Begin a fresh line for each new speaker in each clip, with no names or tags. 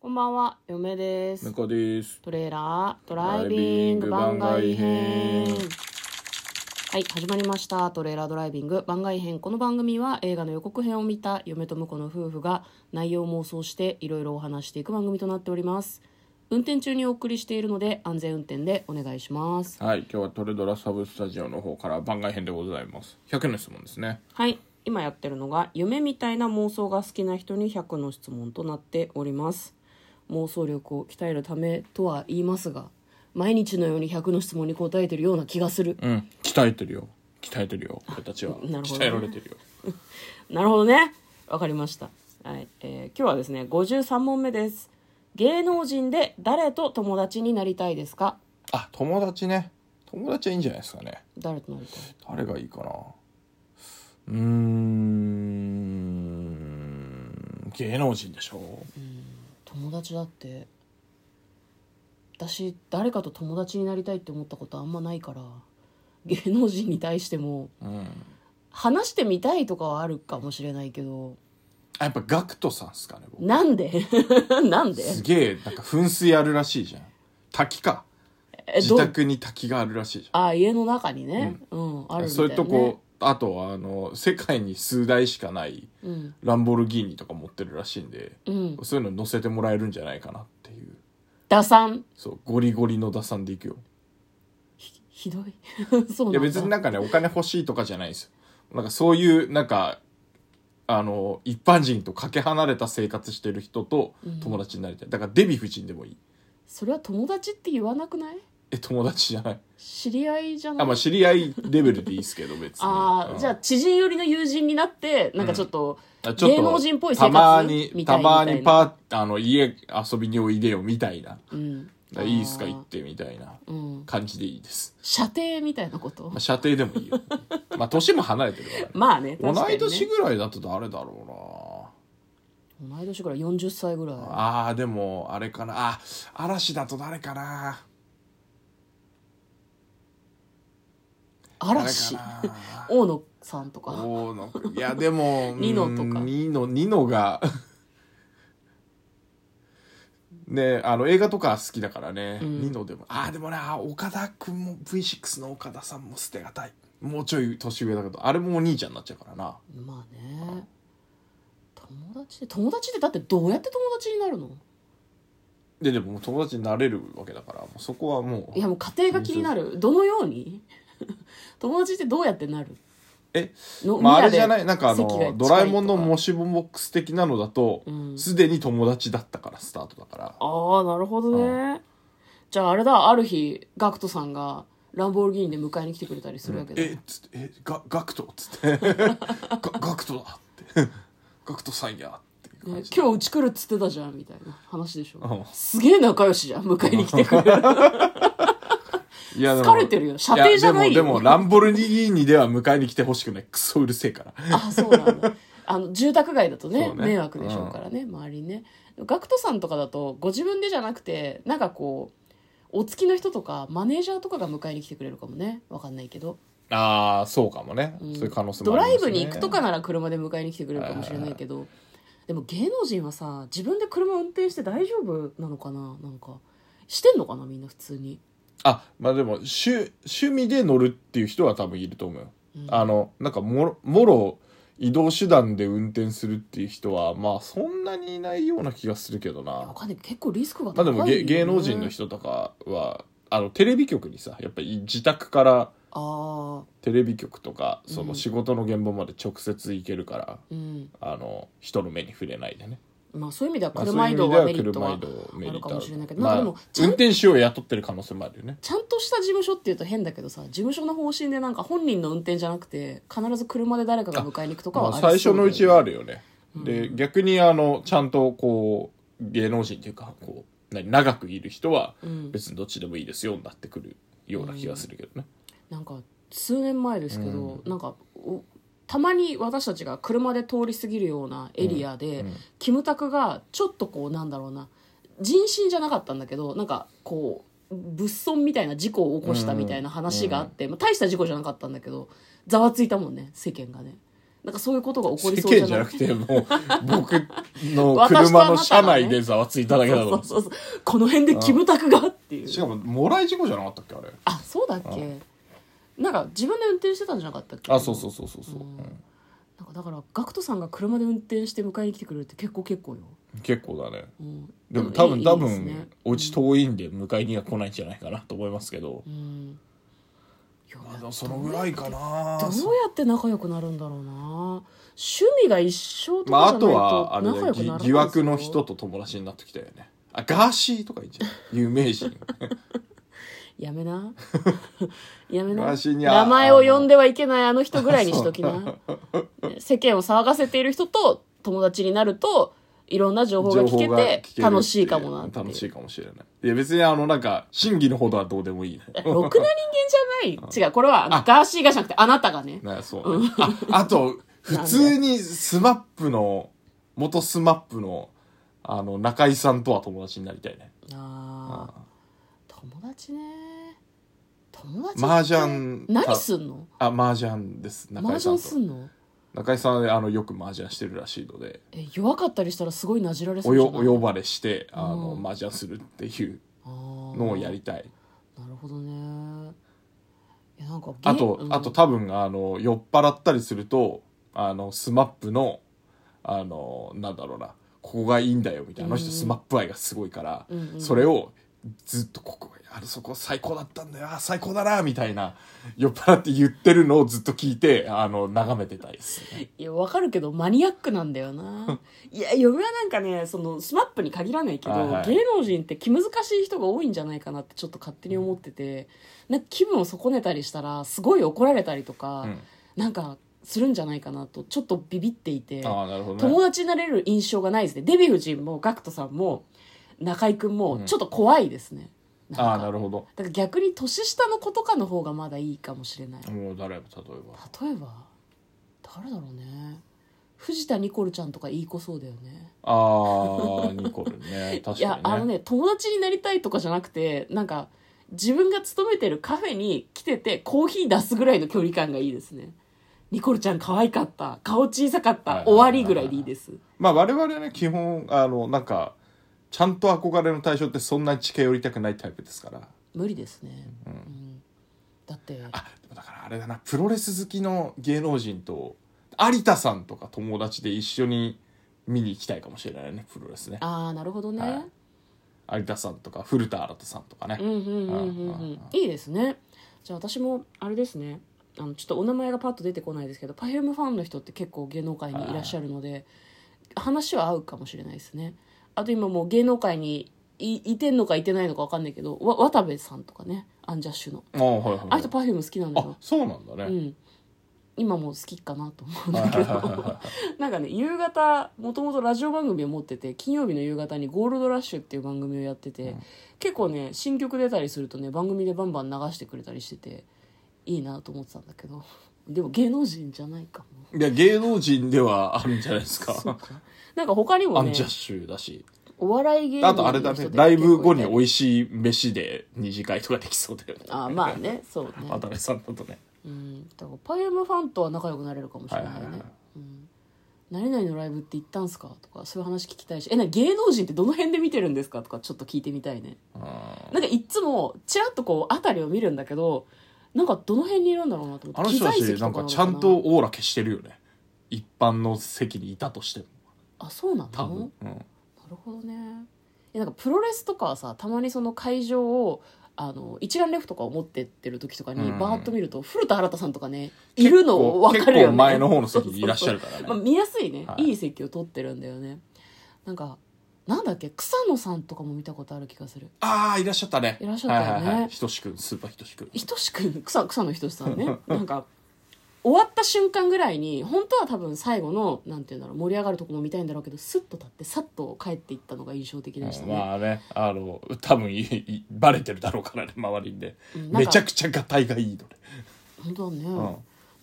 こんばんは、嫁です
向。こうです。
トレーラードライビング番外編。はい、始まりました。トレーラードライビング番外編。この番組は映画の予告編を見た嫁と婿の夫婦が内容を妄想していろいろお話していく番組となっております。運転中にお送りしているので安全運転でお願いします。
はい、今日はトレドラサブスタジオの方から番外編でございます。100の質問ですね。
はい、今やってるのが夢みたいな妄想が好きな人に100の質問となっております。妄想力を鍛えるためとは言いますが、毎日のように100の質問に答えてるような気がする。
うん、鍛えてるよ。鍛えてるよ。俺たちは。
なるほど
鍛えられてるよ。
なるほどね。わかりました。はい、えー今日はですね、53問目です。芸能人で誰と友達になりたいですか
あ、友達ね。友達はいいんじゃないですかね。
誰となりたい
誰がいいかな。うーん。芸能人でしょ
友達だって、私、誰かと友達になりたいって思ったことあんまないから、芸能人に対しても、
う。うん。
話してみたいとかはあるかもしれないけど、
あ、やっぱガクトさんっすかね。僕
なんで なんです
げえ、なんか噴水あるらしいじゃん。滝か。
え、
自
どう
宅に滝があるらしいじゃん。
あ、家の中にね。うん、あるみたい、ね。
そういうとこ、あとはあの世界に数台しかない
うん。
ランボルギーニとか持ってるらしいんで、
うん。
そういうの乗せてもらえるんじゃないかなっていう
打算。
そうゴリゴリの打算でいくよ
ひどい。 そうなんだ。
いや別になんかねお金欲しいとかじゃないですよなんかそういうなんかあの一般人とかけ離れた生活してる人と友達になりたい、だからデヴィ夫人でもいい
それは友達って言わなくない
え友達じゃない
知り合いじゃない
あまあ知り合いレベルでいいですけど別に
あー、
うん
じゃあ知人寄りの友人になってなんかちょっと、
あちょっと
芸能人っぽい生
た
活
まに
みたい
た
みた
ま
いな
にパーあの家遊びにおいでよみたいな
うん
だからいいっすか
あー
行ってみたいな
うん、
感じでいいです、
射程みたいなこと
まあ、射程でもいいよ まあ年も離れてるから、ね
まあね確か
同
にね
い年ぐらいだと誰だろ
同い年ぐらい40歳ぐらいう
なあーでもあれかなあ嵐だと誰かな
嵐
誰かな
大野さんとか
大野くんいやでも
ニノとか
うんニノニノが ねあの映画とか好きだからね、
ん
ニノでもああでもねあー岡田君も V6 の岡田さんも捨てがたいもうちょい年上だけどあれもお兄ちゃんになっちゃうからな
まあね友達で友達ってだってどうやって友達になるの
ででももう友達になれるわけだからもうそこはもう
いやもう家庭が気になるどのように 友達ってどうやってなる
え
の
まあ、あれ
宮で
じゃないなんかあ
席が近
の
い
ドラえもんの
とか
もしもボックス的なのだと
うん
すで、に友達だったからスタート だから
ああなるほどね、じゃああれだある日ガクトさんがランボルギーニで迎えに来てくれたりするわけだ、
えっつって「えガガクト」っつ って「ガガクトだ」って 「ガクトさんや」ってい
ね
う感じ
今日うち来るっつってたじゃんみたいな話でしょ、
うん
すげえ仲良しじゃん迎えに来てくれ る
いやでも
疲れてるよ射程じゃないよ
やでもでもランボルギーニでは迎えに来てほしくないクソうるせえから
あそうなんだあの住宅街だとね
そうね
迷惑でしょうからね、周りねガクトさんとかだとご自分でじゃなくてなんかこうお付きの人とかマネージャーとかが迎えに来てくれるかもねわかんないけど
ああそうかもね、そういう可能性
ド
もあ
ライ
ります、
ブ
ね、
に行くとかなら車で迎えに来てくれるかもしれないけどでも芸能人はさ自分で車運転して大丈夫なのかななんかしてんのかなみんな普通に
あまあでも趣趣味で乗るっていう人は多分いると思うよ、あのなんかもろもろ移動手段で運転するっていう人はまあそんなにいないような気がするけど
わ
な
かんない結構リスクが
ま
高
あ
い
で
よね、
も芸芸能人の人とかはあのテレビ局にさやっぱり自宅から
あ
テレビ局とかそうの
ん
仕事の現場まで直接行けるから、
あうん
あの人の目に触れないでね、
まあそういう意味では
まあそう
車
いう
移
意
動
味で
は
は
メリット
車
は
移動メ
あ
リ
る
ッ
か
ト
も
あ
しれ
る
ないけど、
まあ
なん
運
かでもちゃん
転手を雇ってる可能性もあるよね
ちゃんとした事務所っていうと変だけどさ事務所の方針でなんか本人の運転じゃなくて必ず車で誰かが迎えに行くとかはあ
まあ
り
最初のうちはあ
る
るよね、で逆にあのちゃんとこう芸能人っていうかこう何長くいる人は
うん
別にどっちでもいいですよになってくるような気がするけどね、
なんか数年前ですけど、なんかおたまに私たちが車で通り過ぎるようなエリアで、キムタクがちょっとこうなんだろうな人身じゃなかったんだけどなんかこう物損みたいな事故を起こしたみたいな話があって、まあ、大した事故じゃなかったんだけどざわついたもんね世間がねなんかそういうことが起こり
世
そうじ
間
ゃ
じゃ
な
な
く
く
て
てもう僕 の車の車内でざわついただけだ
そ
ろ
うそうそうそうこの辺でキムタクがっていう
しかももらい事故じゃなかったっけあれ
あそうだっけなんか自分で運転してたんじゃなかったっけ
あそうそうそうそうそう、うん
なんかだから GACKT さんが車で運転して迎えに来てくれるって結構結構よ、
結構だね
うん、
でも多分多
いいですね
分お家遠いんで迎えには来ないんじゃないかなと思いますけど、
うんいや
まあでもそのぐらいかな
どうやって仲良くなるんだろうな趣味が一緒と
まあ
か
あ
じゃ
とはあ
な
れ
いと仲良
だよ
くならないで
ぎ
すよ
疑惑の人と友達になってきたよねあガーシーとかいいんじゃない 有 名人
やめ なやめな
わしにゃ
名前を呼んではいけないあの人ぐらいにしときな世間を騒がせている人と友達になるといろんな情報が聞けて
るって
楽しいかもなって
楽しいかもしれないいや別にあのなんか真偽のほどはどうでもいいね
ろくな人間じゃない違うこれはあのガーシーがじゃなくてあなたがね
ねそうねああ と普通にスマップの元スマップのあの中居さんとは友達になりたいね
あー友達ね友達って
麻雀
何すんの
あ麻雀です中
麻
居さん
雀
と
すんの
中居さんはねあのよく麻雀してるらしいので
え弱かったりしたらすごいなじられそ
お
うじゃ
よ
ない
お呼ばれしてあ
う
の
ん
麻雀するっていうの
の
をやりたい
なるほどねいやなんかゲ
あと、
うん
あと多分あの酔っ払ったりするとあのスマップのあのなんだろうなここがいいんだよみたいな、あの人スマップ愛がすごいから、
うんうん
それをずっとここがあのそこ最高だったんだよあ最高だなみたいな酔っ払って言ってるのをずっと聞いてあの眺めてたいですね、
いやわかるけどマニアックなんだよないや嫁はなんかねそのスマップに限らないけど、
はいはい
芸能人って気難しい人が多いんじゃないかなってちょっと勝手に思ってて、なんか気分を損ねたりしたらすごい怒られたりとか、
うん
なんかするんじゃないかなとちょっとビビっていて
ああなるほどね
友達になれる印象がないですねデヴィ夫人も GACKT さんも中居君もちょっと怖いですね、なんか
ああなるほど
だから逆に年下の子とかの方がまだいいかもしれない例
もう誰例えば
えば誰だろうね藤田ニコルちゃんとかいい子そうだよね
あ あニコルね確かにね
いやあのね友達になりたいとかじゃなくてなんか自分が勤めてるカフェに来ててコーヒー出すぐらいの距離感がいいですねニコルちゃん可愛かった顔小さかっ
はい
た
はいはい
終
は
わ
い
りぐらいでいいです
まあ我々はね基本あのなんかちゃんと憧れの対象ってそんなに近寄りたくないタイプですから
無理ですね、うんだって
あでもだからあれだなプロレス好きの芸能人と有田さんとか友達で一緒に見に行きたいかもしれないねプロレスね
ああなるほどね、
はい有田さんとか古田新太さんとかね、
うんうんうんうんう
うんうん
んいいですねじゃあ私もあれですねあのちょっとお名前がパッと出てこないですけど Perfume ファンの人って結構芸能界にいらっしゃるので話は合うかもしれないですねあと今もう芸能界にいいてんのかいてないのか分かんないけどわ渡部さんとかねアンジャッシュの
あはいはい
あ
は
の
い
人 Perfume 好きなんでし
あ
ょ
そうなんだ
う
ね、
ん今もう好きかなと思うん
は
だ
い
け
はいはいはい
ど
は
なんかね夕方もともとラジオ番組を持ってて金曜日の夕方に「ゴールドラッシュ」っていう番組をやってて、結構ね新曲出たりするとね番組でバンバン流してくれたりしてていいなと思ってたんだけどでも芸能人じゃないかも
いいや芸能人ではあるんじゃないですか
そうかなんか他にも
ア
ね
ンジャッシュだし
お笑い芸人
あとあれだ
の人
ね
で
ライブ後に
結構い
美味しい飯で二次会とかできそうだよね
たりあまあねそうね
渡辺さんだとね
うんだからパイムファンとは仲良くなれるかもしれないね、
はいはいはい
うん何々のライブって行ったんすかとかそういう話聞きたいしえな芸能人ってどの辺で見てるんですかとかちょっと聞いてみたいね
あ
なんかいっつもちらっとこう辺りを見るんだけどなんかどの辺にいるんだろうなと思って
の人た
機材
ち
席
なん
か
か
の
ちゃんとオーラ消してるよね一般の席にいたとしても
あそうなの
多分、うん
なるほどねいやなんかプロレスとかはさたまにその会場をあの一眼レフとかを持ってってる時とかに
うん
バーッと見ると、古田新太さんとかねいるの分かるよ、ね、
結構前の方の席 にいらっしゃるからね
まあ、見やすいね、、
はいい
い席を取ってるんだよねなんかなんだっけ草野さんとかも見たことある気がする
ああいらっしゃったね
いらっしゃったよね
はいはいはい、ひとしくんスーパーひとしくん
ひとしくん草草野ひとしさん ねなんか終わった瞬間ぐらいに本当は多分最後のなんていうんだろう盛り上がるとこも見たいんだろうけどスッと立ってさっと帰っていったのが印象的でしたね、
まあねあの多分いいバレてるだろうからね周りにね
うんなん
め
か
ちゃくちゃがたいがいいのね
本当だね、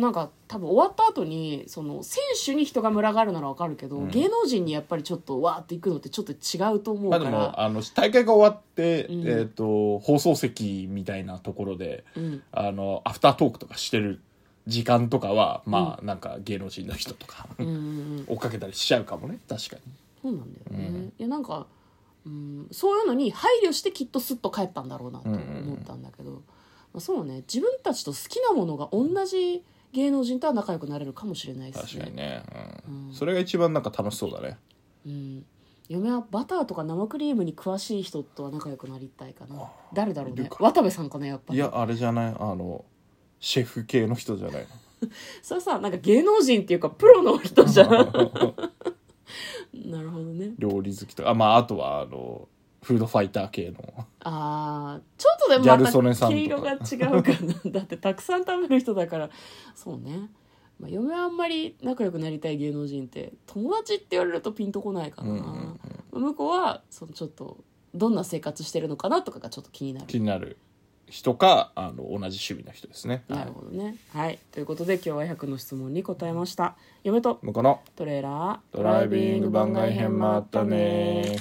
なんか多分終わった後にその選手に人が群がるならわかるけど、
うん
芸能人にやっぱりちょっとわーっていくのってちょっと違うと思う
ま
か
あで
ら、
もあの大会が終わって、
うん
えっ、と放送席みたいなところで
うん、
あのアフタートークとかしてる時間とかはまあなんか芸能人の人とか
うんうんうん
追っかけたりしちゃうかもね確かに
そうなんだよね、
うん
いやなんか、うん、そういうのに配慮してきっとスッと帰ったんだろうなと思ったんだけど、まあ、そうね自分たちと好きなものが同じ芸能人とは仲良くなれるかもしれないです
確
ね
かにね、うん
うん
それが一番なんか楽しそうだね
うん、嫁はバターとか生クリームに詳しい人とは仲良くなりたいかな誰だろう
い
ね
るか
渡部さんかなやっぱ
い
り
やあれじゃないあのシェフ系の人じゃない
それさなんか芸能人っていうかプロの人 じゃん
の
なるほどね
料理好きとかあまああとはあのフードファイター系の
ああちょっとでも
ギャル曽根
また
さんと
毛
か
色が違うかなだってたくさん食べる人だからそうね、まあ、嫁はあんまり仲良くなりたい芸能人って友達って言われるとピンとこないかな、
うんうん
向こうはそのちょっとどんな生活してるのかなとかがちょっと気になる
気になる人かあの同じ趣味の人ですね
なるほどねはいということで今日は100の質問に答えました嫁と
向こうの
トレーラー
ドライビング番外編もあったね